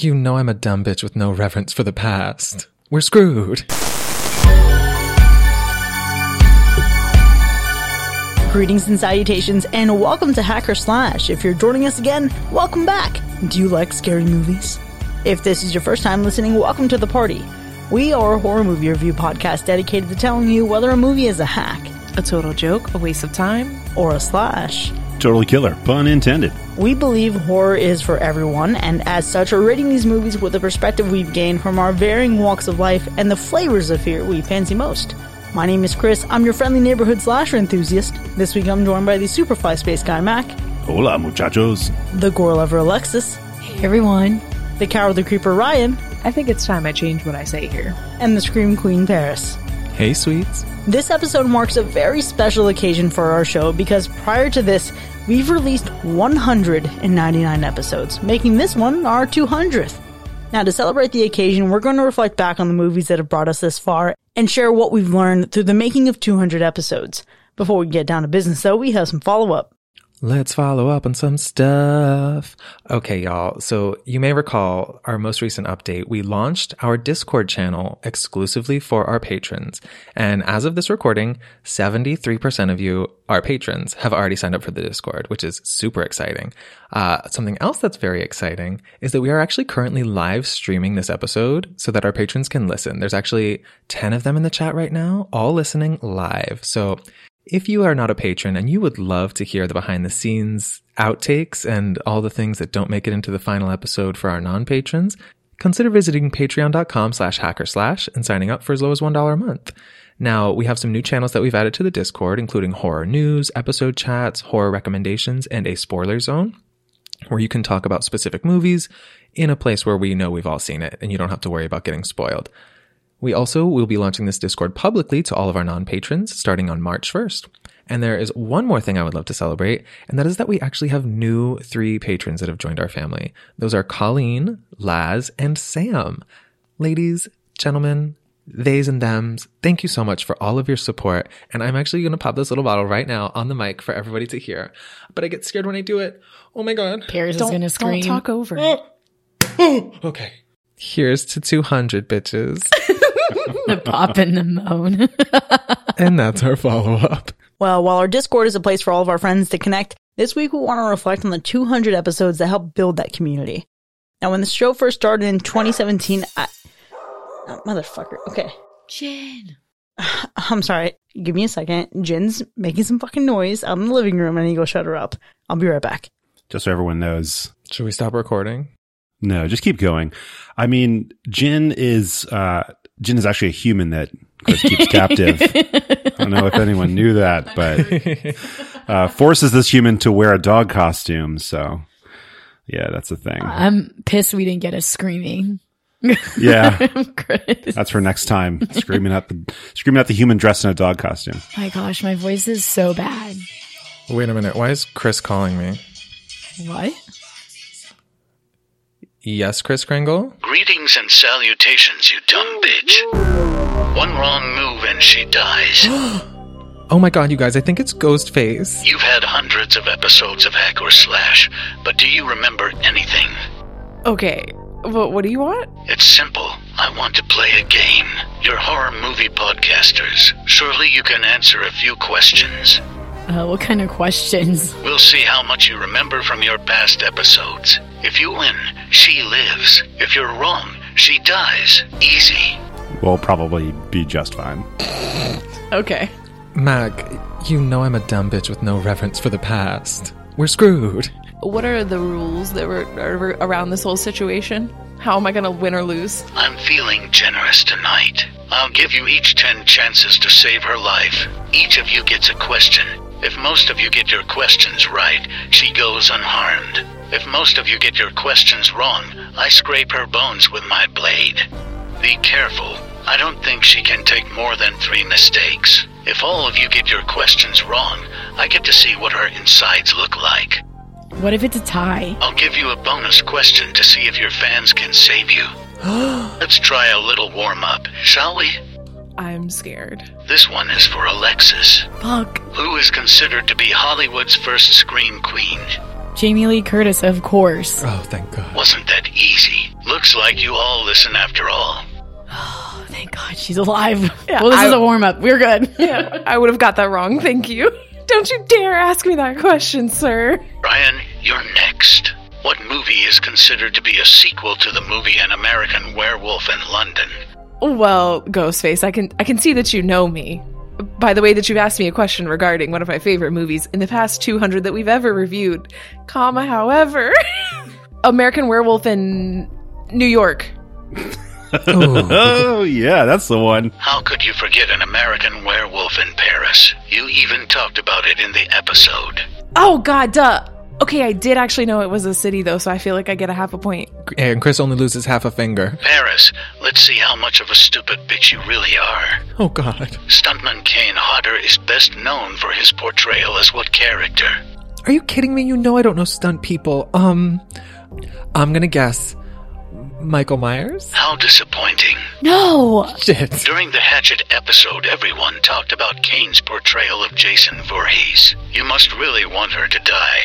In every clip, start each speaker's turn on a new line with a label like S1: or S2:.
S1: You know I'm a dumb bitch with no reverence for the past. We're screwed.
S2: Greetings and salutations, and welcome to Hacker Slash. If you're joining us again, welcome back. Do you like scary movies? If this is your first time listening, welcome to the party. We are a horror movie review podcast dedicated to telling you whether a movie is a hack
S3: A total joke, a waste of time.
S2: or a slash.
S4: Totally killer. Pun intended.
S2: We believe horror is for everyone, and as such, are rating these movies with the perspective we've gained from our varying walks of life and the flavors of fear we fancy most. My name is Chris. I'm your friendly neighborhood slasher enthusiast. This week, I'm joined by the Superfly Space Guy Mac,
S4: Hola, muchachos.
S2: the Gore Lover Alexis,
S5: Everyone.
S2: the Cowardly Creeper Ryan,
S3: I think it's time I change what I say here.
S2: and the Scream Queen Paris.
S1: Hey, sweets.
S2: This episode marks a very special occasion for our show because prior to this, we've released 199 episodes, making this one our 200th. Now, to celebrate the occasion, we're going to reflect back on the movies that have brought us this far and share what we've learned through the making of 200 episodes. Before we get down to business, though, we have some follow up.
S1: Let's follow up on some stuff. Okay, y'all. So you may recall our most recent update. We launched our Discord channel exclusively for our patrons. And as of this recording, 73% of you, our patrons, have already signed up for the Discord, which is super exciting. Uh, something else that's very exciting is that we are actually currently live streaming this episode so that our patrons can listen. There's actually 10 of them in the chat right now, all listening live. So if you are not a patron and you would love to hear the behind the scenes outtakes and all the things that don't make it into the final episode for our non-patrons, consider visiting patreon.com slash hacker slash and signing up for as low as $1 a month. Now, we have some new channels that we've added to the Discord, including horror news, episode chats, horror recommendations, and a spoiler zone where you can talk about specific movies in a place where we know we've all seen it and you don't have to worry about getting spoiled. We also will be launching this Discord publicly to all of our non patrons starting on March 1st. And there is one more thing I would love to celebrate, and that is that we actually have new three patrons that have joined our family. Those are Colleen, Laz, and Sam. Ladies, gentlemen, theys and thems, thank you so much for all of your support. And I'm actually going to pop this little bottle right now on the mic for everybody to hear. But I get scared when I do it. Oh my God.
S5: Paris is
S3: Don't,
S5: going to
S3: don't
S5: scream.
S3: talk over it.
S1: Okay. Here's to 200 bitches.
S5: the pop and the moan.
S1: and that's our follow up.
S2: Well, while our Discord is a place for all of our friends to connect, this week we want to reflect on the 200 episodes that helped build that community. Now, when the show first started in 2017, I. Oh, motherfucker. Okay.
S5: Jen.
S2: I'm sorry. Give me a second. Jin's making some fucking noise out in the living room. I need to go shut her up. I'll be right back.
S4: Just so everyone knows.
S1: Should we stop recording?
S4: No, just keep going. I mean, Jin is uh Jin is actually a human that Chris keeps captive. I don't know if anyone knew that, but uh forces this human to wear a dog costume, so yeah, that's a thing.
S5: I'm pissed we didn't get a screaming.
S4: Yeah.
S5: Chris.
S4: That's for next time. Screaming at the screaming at the human dressed in a dog costume.
S5: My gosh, my voice is so bad.
S1: Wait a minute. Why is Chris calling me?
S5: What?
S1: Yes, Chris Kringle?
S6: Greetings and salutations, you dumb bitch. One wrong move and she dies.
S1: Oh my god, you guys, I think it's Ghostface.
S6: You've had hundreds of episodes of Hack or Slash, but do you remember anything?
S3: Okay, what, what do you want?
S6: It's simple. I want to play a game. You're horror movie podcasters. Surely you can answer a few questions.
S5: Uh, what kind of questions?
S6: We'll see how much you remember from your past episodes. If you win, she lives. If you're wrong, she dies. Easy.
S4: Will probably be just fine.
S3: Okay.
S1: Mac, you know I'm a dumb bitch with no reverence for the past. We're screwed.
S3: What are the rules that were are around this whole situation? How am I going to win or lose?
S6: I'm feeling generous tonight. I'll give you each 10 chances to save her life. Each of you gets a question. If most of you get your questions right, she goes unharmed. If most of you get your questions wrong, I scrape her bones with my blade. Be careful. I don't think she can take more than three mistakes. If all of you get your questions wrong, I get to see what her insides look like.
S5: What if it's a tie?
S6: I'll give you a bonus question to see if your fans can save you.
S1: Oh,
S6: Let's try a little warm up, shall we?
S3: I'm scared.
S6: This one is for Alexis,
S5: Fuck.
S6: who is considered to be Hollywood's first scream queen.
S5: Jamie Lee Curtis, of course.
S1: Oh, thank god.
S6: Wasn't that easy? Looks like you all listen after all.
S5: Oh, Thank God she's alive.
S3: Yeah,
S5: well, this
S3: I-
S5: is a warm up. We're good.
S3: Yeah, I would have got that wrong. Thank you. Don't you dare ask me that question, sir.
S6: Ryan, you're next. What movie is considered to be a sequel to the movie An American Werewolf in London?
S3: Well, Ghostface, I can I can see that you know me. By the way that you've asked me a question regarding one of my favorite movies in the past 200 that we've ever reviewed, comma however, American Werewolf in New York.
S4: Oh yeah, that's the one.
S6: How could you forget An American Werewolf in Paris? You even talked about it in the episode.
S3: Oh god, duh. Okay, I did actually know it was a city though, so I feel like I get a half a point.
S1: And Chris only loses half a finger.
S6: Paris, let's see how much of a stupid bitch you really are.
S1: Oh God,
S6: Stuntman Kane Hodder is best known for his portrayal as what character?
S1: are you kidding me? You know I don't know stunt people. Um, I'm gonna guess Michael Myers.
S6: How disappointing.
S5: No.
S1: Shit.
S6: During the Hatchet episode, everyone talked about Kane's portrayal of Jason Voorhees. You must really want her to die.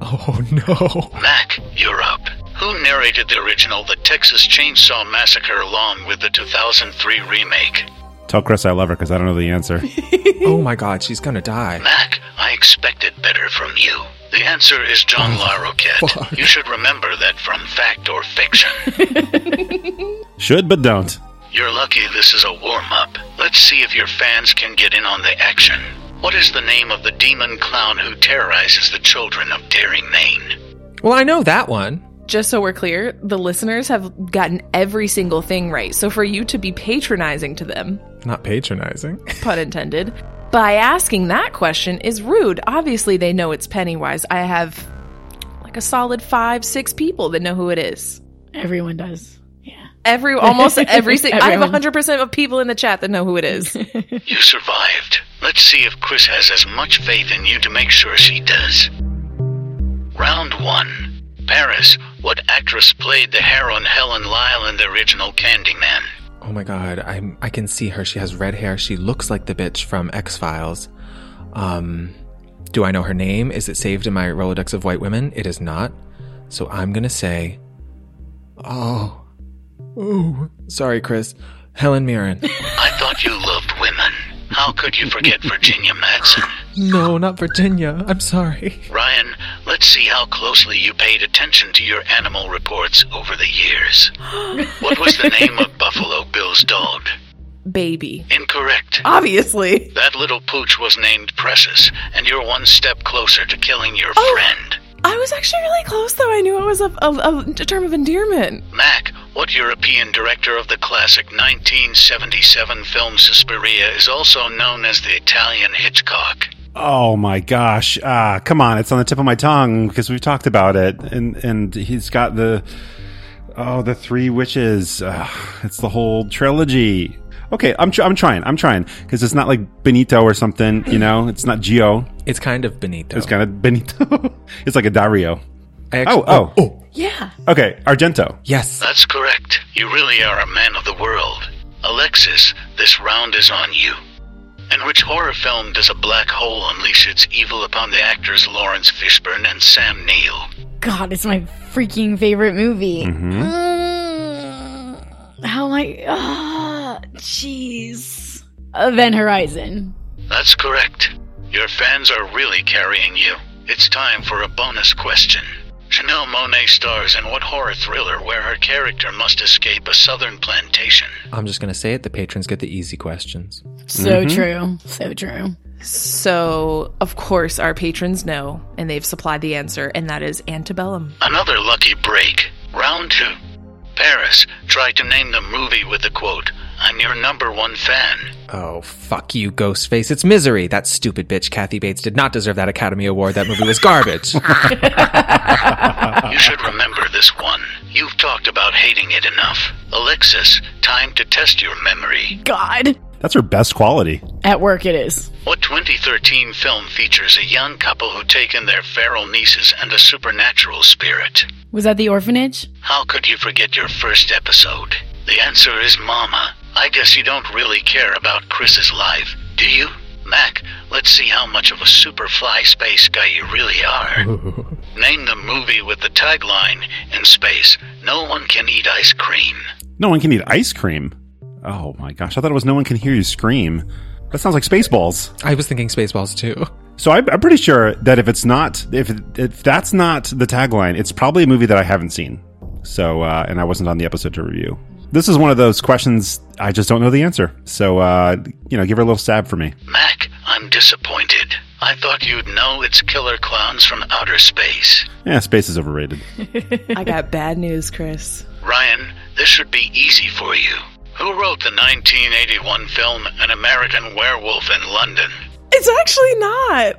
S1: Oh no.
S6: Mac, you're up. Who narrated the original The Texas Chainsaw Massacre along with the 2003 remake?
S4: Tell Chris I love her because I don't know the answer.
S1: Oh my God, she's gonna die.
S6: Mac, I expected better from you. The answer is John LaRoquette. You should remember that from fact or fiction.
S4: Should but don't.
S6: You're lucky this is a warm up. Let's see if your fans can get in on the action. What is the name of the demon clown who terrorizes the children of Daring Maine?
S1: Well, I know that one.
S3: Just so we're clear, the listeners have gotten every single thing right. So for you to be patronizing to them,
S1: Not patronizing.
S3: pun intended, by asking that question is rude. Obviously, they know it's Pennywise. I have like a solid five, six people that know who it is.
S5: Everyone does. Yeah.
S3: Every almost every single. I have
S5: Everyone.
S3: hundred percent of people in the chat that know who it is.
S6: You survived. Let's see if Chris has as much faith in you to make sure she does. Round 1 Paris. What actress played the heroine Helen Lyle in the original Candyman?
S1: Oh my God, I'm. I can see her. She has red hair. She looks like the bitch from X Files. Um, do I know her name? Is it saved in my Rolodex of white women? It is not. So I'm gonna say. Oh. Ooh. Sorry, Chris. Helen Mirren.
S6: I thought you loved women. How could you forget Virginia Madsen?
S1: No, not Virginia. I'm sorry.
S6: Ryan, let's see how closely you paid attention to your animal reports over the years. what was the name of Buffalo Bill's dog?
S3: Baby, Oh.
S6: Incorrect.
S3: obviously.
S6: That little pooch was named Precious, and you're one step closer to killing your friend.
S3: I was actually really close though. I knew it was a, a, a term of endearment.
S6: Mac, what European director of the classic 1977 film Suspiria is also known as the Italian Hitchcock?
S4: Oh my gosh! Ah, come on, it's on the tip of my tongue because we've talked about it, and and he's got the oh the three witches. Ah, it's the whole trilogy. Okay, I'm tr- I'm trying, I'm trying because it's not like Benito or something, you know. It's not Geo.
S1: It's kind of Benito.
S4: It's kind of Benito. it's like a Dario.
S1: I actu-
S4: Oh, oh, oh.
S5: Yeah.
S4: Okay, Argento.
S1: Yes.
S6: That's correct. You really are a man of the world. Alexis, this round is on you. In which horror film does a black hole unleash its evil upon the actors Lawrence Fishburne and Sam Neill?
S5: God, it's my freaking favorite movie. Mm, how am I? Ah, Jeez. Event Horizon.
S6: That's correct. Your fans are really carrying you. It's time for a bonus question. Chanel Monet stars in what horror thriller where her character must escape a southern plantation?
S1: I'm just gonna say it. The patrons get the easy questions.
S5: So
S4: Mm-hmm.
S5: true. So true.
S3: So of course our patrons know, and they've supplied the answer, and that is Antebellum.
S6: Another lucky break. Round two. Paris, try to name the movie with the quote, I'm your number one fan.
S1: Oh, fuck you, Ghostface. It's misery. That stupid bitch, Kathy Bates, did not deserve that Academy Award. That movie was garbage.
S6: You should remember this one. You've talked about hating it enough. Alexis, time to test your memory.
S5: God.
S4: That's her best quality.
S5: At work it is.
S6: What 2013 film features a young couple who take in their feral nieces and a supernatural spirit?
S5: Was that the orphanage?
S6: How could you forget your first episode? The answer is Mama. I guess you don't really care about Chris's life, do you? Mac, Let's see how much of a superfly space guy you really are. Name the movie with the tagline in space No one can eat ice cream.
S4: No one can eat ice cream. Oh my gosh. I thought it was no one can hear you scream. That sounds like Spaceballs.
S1: I was thinking Spaceballs too.
S4: So I, I'm pretty sure that if it's not, if, if that's not the tagline, it's probably a movie that I haven't seen. So, uh, and I wasn't on the episode to review. This is one of those questions I just don't know the answer. So, uh, you know, give her a little stab for me.
S6: Mac, I'm disappointed. I thought you'd know it's killer clowns from outer space.
S4: Yeah, space is overrated.
S3: I got bad news, Chris.
S6: Ryan, this should be easy for you. Who wrote the 1981 film An American Werewolf in London?
S3: It's actually not.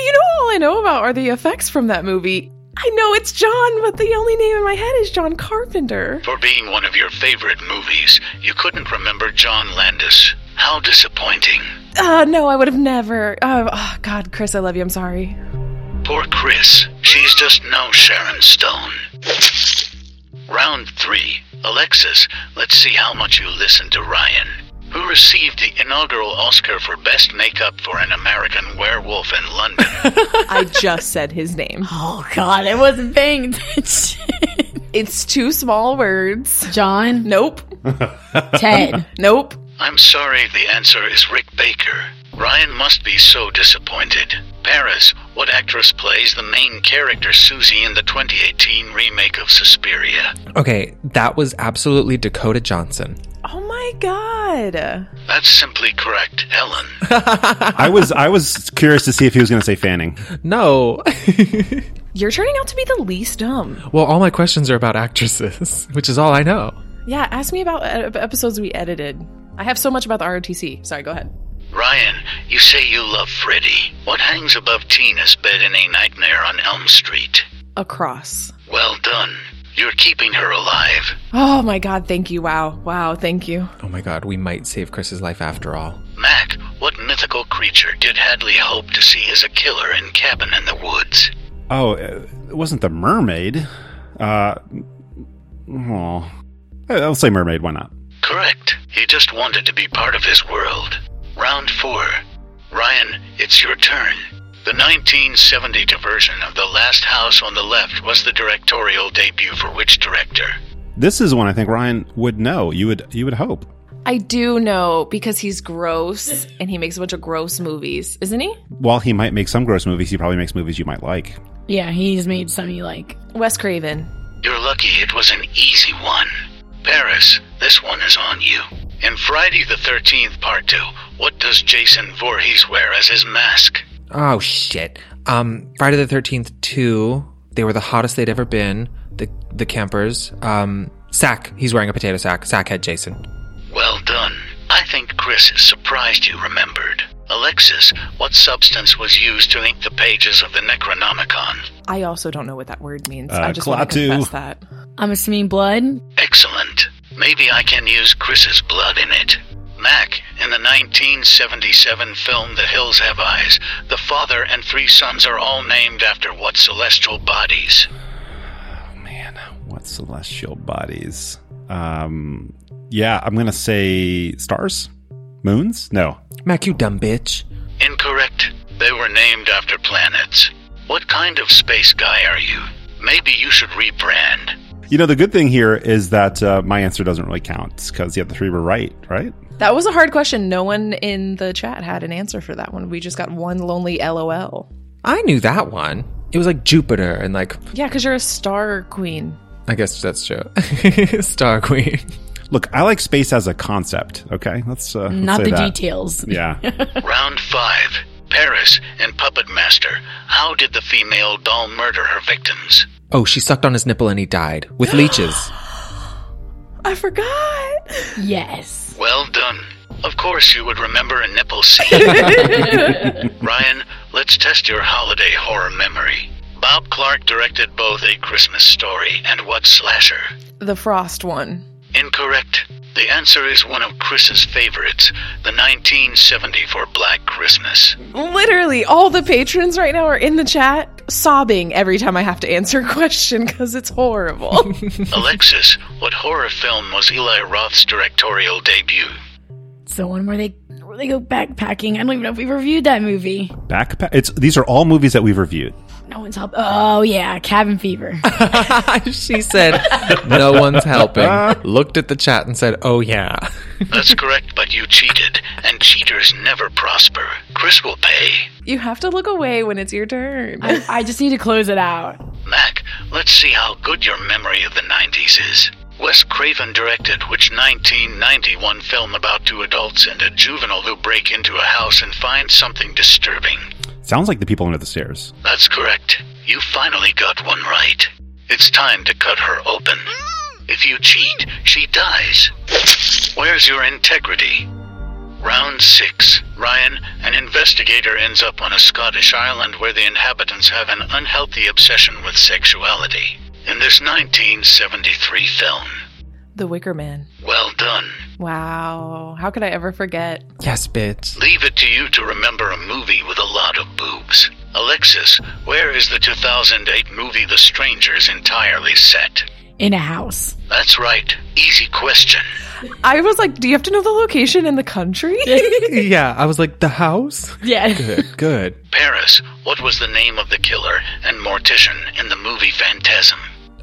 S3: You know, all I know about are the effects from that movie. I know it's John, but the only name in my head is John Carpenter.
S6: For being one of your favorite movies, you couldn't remember John Landis. How disappointing.
S3: Uh, no, I would have never. Uh, oh, God, Chris, I love you. I'm sorry.
S6: Poor Chris. She's just no Sharon Stone. Round three. Alexis, let's see how much you listen to Ryan. Who received the inaugural Oscar for Best Makeup for an American Werewolf in London?
S3: I just said his name.
S5: Oh god, I wasn't paying attention.
S3: It's two small words.
S5: John,
S3: Nope.
S5: Ted.
S3: Nope.
S6: I'm sorry the answer is Rick Baker. Ryan must be so disappointed. Paris, what actress plays the main character Susie in the 2018 remake of Suspiria?
S1: Okay, that was absolutely Dakota Johnson.
S3: Oh my God.
S6: That's simply correct, Helen.
S4: I was, I was curious to see if he was going to say Fanning.
S1: No.
S3: You're turning out to be the least dumb.
S1: well, all my questions are about actresses, which is all I know.
S3: Yeah, ask me about e- episodes we edited. I have so much about the ROTC. Sorry, go ahead.
S6: Ryan, you say you love Freddy. What hangs above Tina's bed in a nightmare on Elm Street?
S3: Across.
S6: Well done. You're keeping her alive.
S3: Oh my God, thank you. Wow. Wow, thank you.
S1: Oh my god, we might save Chris's life after all.
S6: Mac, what mythical creature did Hadley hope to see as a killer in Cabin in the Woods?
S4: Oh, it wasn't the mermaid. Uh, oh, I'll say mermaid. Why not?
S6: Correct. He just wanted to be part of his world. Round four. Ryan, it's your turn. The 1970 version of The Last House on the Left was the directorial debut for which director?
S4: This is one I think Ryan would know. You would, you would hope.
S3: I do know because he's gross and he makes a bunch of gross movies, isn't he?
S4: While he might make some gross movies, he probably makes movies you might like.
S5: yeah, he's made some you like.
S3: Wes Craven.
S6: You're lucky it was an easy one. Paris, this one is on you. In Friday the 13th, Part 2, what does Jason Voorhees wear as his mask?
S1: Oh shit. Um, Friday the Thirteenth two. They were the hottest they'd ever been. The the campers. Um, sack. He's wearing a potato sack. Sack had Jason.
S6: Well done. I think Chris is surprised you remembered. Alexis, what substance was used to ink the pages of the Necronomicon?
S3: I also don't know what that word means.
S4: Uh,
S3: I just want to
S4: Klaatu.
S3: confess that.
S5: I'm assuming blood.
S6: Excellent. Maybe I can use Chris's blood in it. Mac, in the 1977 film The Hills Have Eyes, the father and three sons are all named after what celestial bodies?
S4: Man, what celestial bodies? Um, yeah, I'm gonna say stars, moons. No,
S1: Mac, you dumb bitch.
S6: Incorrect. They were named after planets. What kind of space guy are you? Maybe you should rebrand.
S4: you know the good thing here is that uh, my answer doesn't really count because the other three were right, right?
S3: That was a hard question. No one in the chat had an answer for that one. We just got one lonely LOL.
S1: I knew that one. It was like Jupiter and like
S3: Yeah, because you're a star queen.
S1: I guess that's true. Star Queen.
S4: Look, I like space as a concept. Okay, let's uh, let's
S5: Not
S4: say
S5: the
S4: that.
S5: details.
S4: Yeah,
S6: Round 5. Paris and Puppet Master. How did the female doll murder her victims?
S1: Oh, she sucked on his nipple and he died with leeches.
S3: I forgot.
S5: Yes.
S6: Well done. Of course, you would remember a nipple scene. Ryan, let's test your holiday horror memory. Bob Clark directed both A Christmas Story and What Slasher?
S3: The frost one.
S6: Incorrect. The answer is one of Chris's favorites, the 1974 Black Christmas.
S3: Literally, all the patrons right now are in the chat sobbing every time I have to answer a question because it's horrible.
S6: Alexis, what horror film was Eli Roth's directorial debut?
S5: It's the one where they where they go backpacking. I don't even know if we reviewed that movie.
S4: Backpack. It's these are all movies that we've reviewed.
S5: No one's help. Oh yeah, cabin fever.
S1: she said, No one's helping. Looked at the chat and said, Oh, yeah.
S6: That's correct, but you cheated, and cheaters never prosper. Chris will pay.
S3: You have to look away when it's your turn.
S5: I, I just need to close it out.
S6: Mac, let's see how good your memory of the 90s is. Wes Craven directed which 1991 film about two adults and a juvenile who break into a house and find something disturbing?
S4: Sounds like the people under the stairs.
S6: That's correct. You finally got one right. It's time to cut her open. If you cheat, she dies. Where's your integrity? Round six. Ryan, an investigator, ends up on a Scottish island where the inhabitants have an unhealthy obsession with sexuality. In this 1973 film.
S3: the Wicker Man.
S6: Well done.
S3: Wow. How could I ever forget?
S1: Yes, bitch.
S6: Leave it to you to remember a movie with a lot of boobs. Alexis, where is the 2008 movie The Strangers entirely set?
S5: In a house.
S6: That's right. Easy question.
S3: I was like, do you have to know the location in the country?
S1: Yeah, I was like, The house?
S5: Yeah.
S1: Good, good.
S6: Paris, what was the name of the killer and mortician in the movie Phantasm?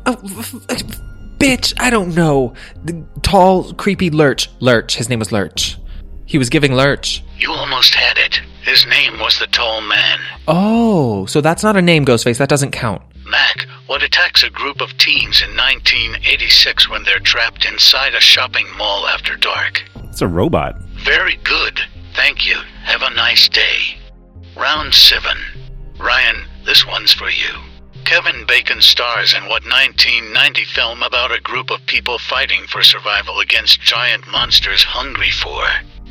S1: Oh, f- f- bitch, I don't know. The tall, creepy Lurch. Lurch. His name was Lurch. He was giving Lurch.
S6: You almost had it. His name was the Tall Man.
S1: Oh, so that's not a name, Ghostface. That doesn't count.
S6: Mac, what attacks a group of teens in 1986 when they're trapped inside a shopping mall after dark?
S4: It's a robot.
S6: Very good. Thank you. Have a nice day. Round 7. Ryan, this one's for you. Kevin Bacon stars in what 1990 film about a group of people fighting for survival against giant monsters hungry for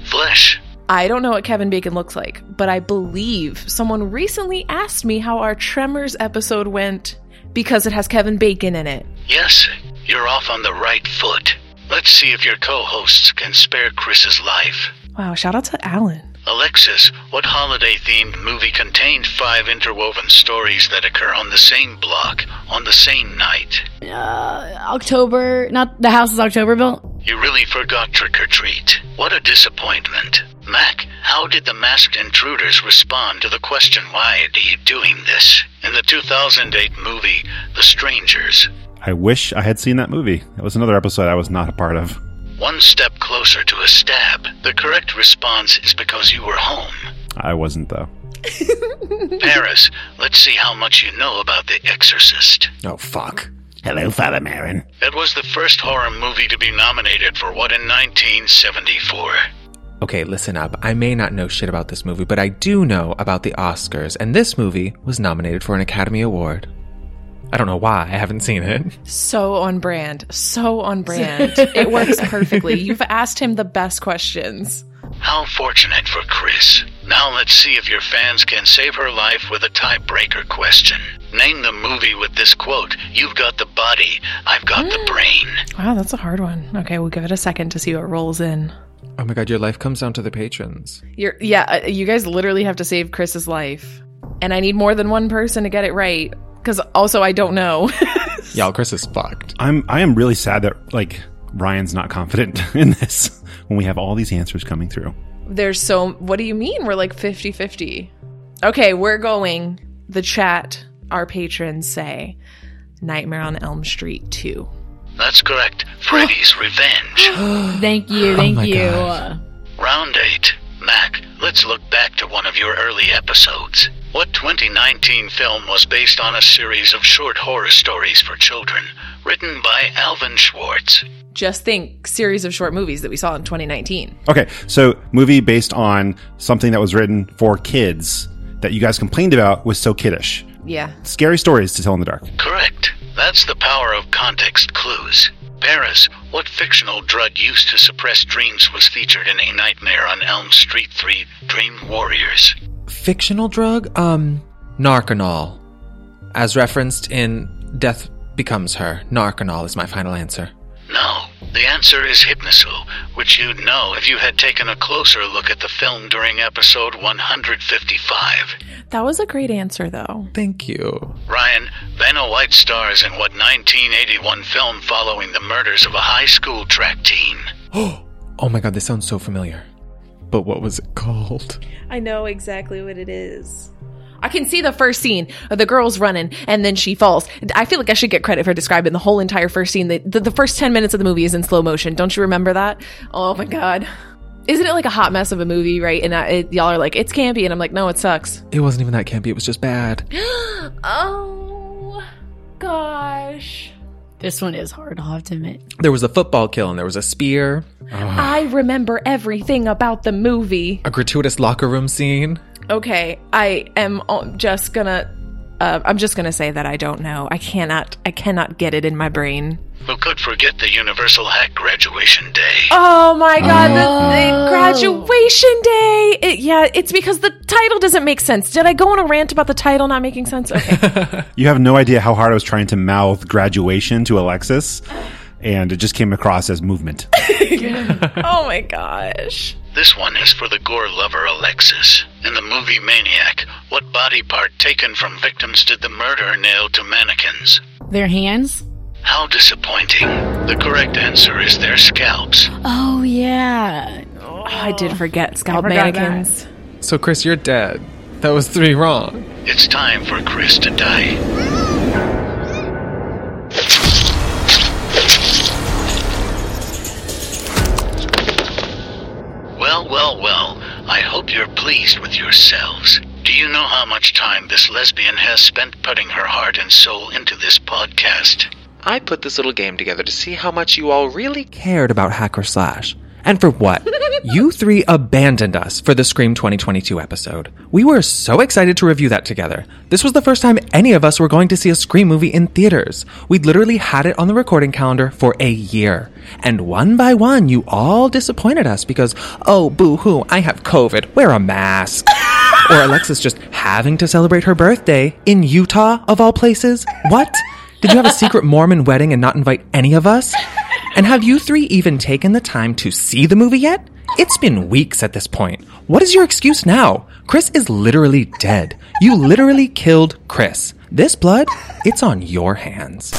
S6: flesh?
S3: I don't know what Kevin Bacon looks like, but I believe someone recently asked me how our Tremors episode went because it has Kevin Bacon in it.
S6: Yes, you're off on the right foot. Let's see if your co hosts can spare Chris's life.
S3: Wow, shout out to Alan.
S6: Alexis, what holiday themed movie contained five interwoven stories that occur on the same block on the same night?
S5: Uh, October. Not the house is October built.
S6: You really forgot trick or treat. What a disappointment. Mac, how did the masked intruders respond to the question, why are you doing this? In the 2008 movie, The Strangers,
S4: I wish I had seen that movie. That was another episode I was not a part of.
S6: one step closer to a stab, the correct response is because you were home.
S4: I wasn't though.
S6: Paris, let's see how much you know about The Exorcist.
S1: Oh, fuck.
S4: Hello, Father Marin.
S6: It was the first horror movie to be nominated for what in 1974?
S1: Okay, listen up. I may not know shit about this movie, but I do know about the Oscars, and this movie was nominated for an Academy Award. I don't know why. I haven't seen it.
S3: So on brand. So on brand. it works perfectly. You've asked him the best questions.
S6: How fortunate for Chris. Now let's see if your fans can save her life with a tiebreaker question. Name the movie with this quote You've got the body, I've got the brain.
S3: Wow, that's a hard one. Okay, we'll give it a second to see what rolls in.
S1: Oh my god, your life comes down to the patrons.
S3: You're yeah, uh, you guys literally have to save Chris's life. And I need more than one person to get it right cuz also I don't know.
S1: Y'all, Chris is fucked.
S4: I'm I am really sad that like Ryan's not confident in this when we have all these answers coming through.
S3: There's so what do you mean we're like 50-50? Okay, we're going. The chat our patrons say Nightmare on Elm Street 2.
S6: That's correct. Freddy's Revenge.
S5: Thank
S4: Oh
S5: you. Thank
S1: my
S5: you. Uh,
S1: God.
S6: Round 8. Mac, let's look back to one of your early episodes. What 2019 film was based on a series of short horror stories for children written by Alvin Schwartz?
S3: Just think series of short movies that we saw in 2019.
S4: Okay, so movie based on something that was written for kids that you guys complained about was so kiddish.
S3: Yeah.
S4: Scary stories to tell in the dark.
S6: Correct. That's the power of context clues. Paris, what fictional drug used to suppress dreams was featured in A Nightmare on Elm Street 3 Dream Warriors?
S1: Fictional drug? Um, Narcanol. As referenced in Death Becomes Her, Narcanol is my final answer.
S6: No. The answer is Hypnosil, which you'd know if you had taken a closer look at the film during episode 155.
S3: That was a great answer though.
S1: Thank you.
S6: Ryan, Vanna White stars in what 1981 film following the murders of a high school track team?
S1: Oh my god, this sounds so familiar. But what was it called?
S7: I know exactly what it is.
S3: I can see the first scene of the girls running and then she falls. I feel like I should get credit for describing the whole entire first scene. The, the, the first 10 minutes of the movie is in slow motion. Don't you remember that? Oh my God. Isn't it like a hot mess of a movie, right? And I, it, y'all are like, it's campy. And I'm like, no, it sucks.
S1: It wasn't even that campy. It was just bad.
S3: Oh gosh.
S5: This one is hard, I'll have to admit.
S1: There was a football kill and there was a spear,
S3: I remember everything about the movie.
S1: a gratuitous locker room scene.
S3: Okay, I am o- just gonna. Uh, I'm just gonna say that I don't know. I cannot. I cannot get it in my brain.
S6: Who could forget the Universal Hack graduation day?
S3: Oh my god, the, the graduation day. It, yeah, it's because the title doesn't make sense. Did I go on a rant about the title not making sense? Okay.
S4: You have no idea how hard I was trying to mouth graduation to Alexis, and it just came across as movement.
S3: oh my gosh.
S6: This one is for the gore lover Alexis. In the movie Maniac, what body part taken from victims did the murderer nail to mannequins?
S5: Their hands?
S6: How disappointing. The correct answer is their scalps.
S5: Oh, yeah.
S3: Oh, I did forget scalp mannequins.
S1: So, Chris, you're dead. That was three wrong.
S6: It's time for Chris to die. Well, well, well. I hope you're pleased with yourselves. Do you know how much time this lesbian has spent putting her heart and soul into this podcast?
S8: I put this little game together to see how much you all really
S1: Cared about Hacker Slash. And for what? you three abandoned us for the Scream 2022 episode. We were so excited to review that together. This was the first time any of us were going to see a Scream movie in theaters. We literally had it on the recording calendar for a year. And one by one, you all disappointed us because, oh, boo hoo, I have COVID, wear a mask. or Alexis just having to celebrate her birthday in Utah, of all places? What? Did you have a secret Mormon wedding and not invite any of us? And have you three even taken the time to see the movie yet? It's been weeks at this point. What is your excuse now? Chris is literally dead. You literally killed Chris. This blood, it's on your hands.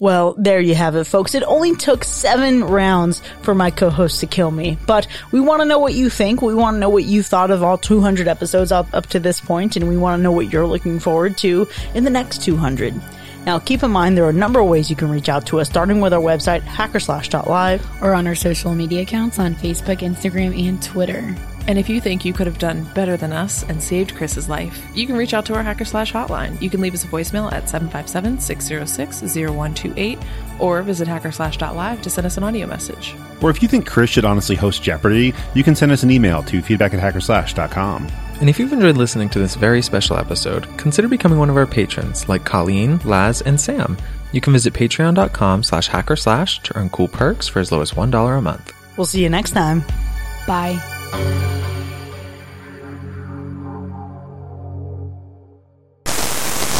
S2: Well, there you have it, folks. It only took seven rounds for my co host to kill me. But we want to know what you think. We want to know what you thought of all 200 episodes up, up to this point, and we want to know what you're looking forward to in the next 200. Now, keep in mind there are a number of ways you can reach out to us, starting with our website, hackerslash.live.
S5: Or on our social media accounts on Facebook, Instagram, and Twitter.
S3: And if you think you could have done better than us and saved Chris's life, you can reach out to our Hacker Slash hotline. You can leave us a voicemail at 757 606 0128 or visit hackerslash.live to send us an audio message.
S4: or if you think Chris should honestly host Jeopardy, you can send us an email to feedback at hackerslash.com.
S1: And if you've enjoyed listening to this very special episode, consider becoming one of our patrons like Colleen, Laz, and Sam. You can visit patreon.com slash hacker slash to earn cool perks for as low as $1 a month.
S2: We'll see you next time.
S5: Bye.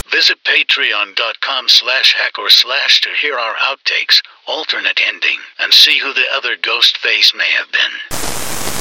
S6: Visit patreon.com slash hack or slash to hear our outtakes, alternate ending, and see who the other ghost face may have been.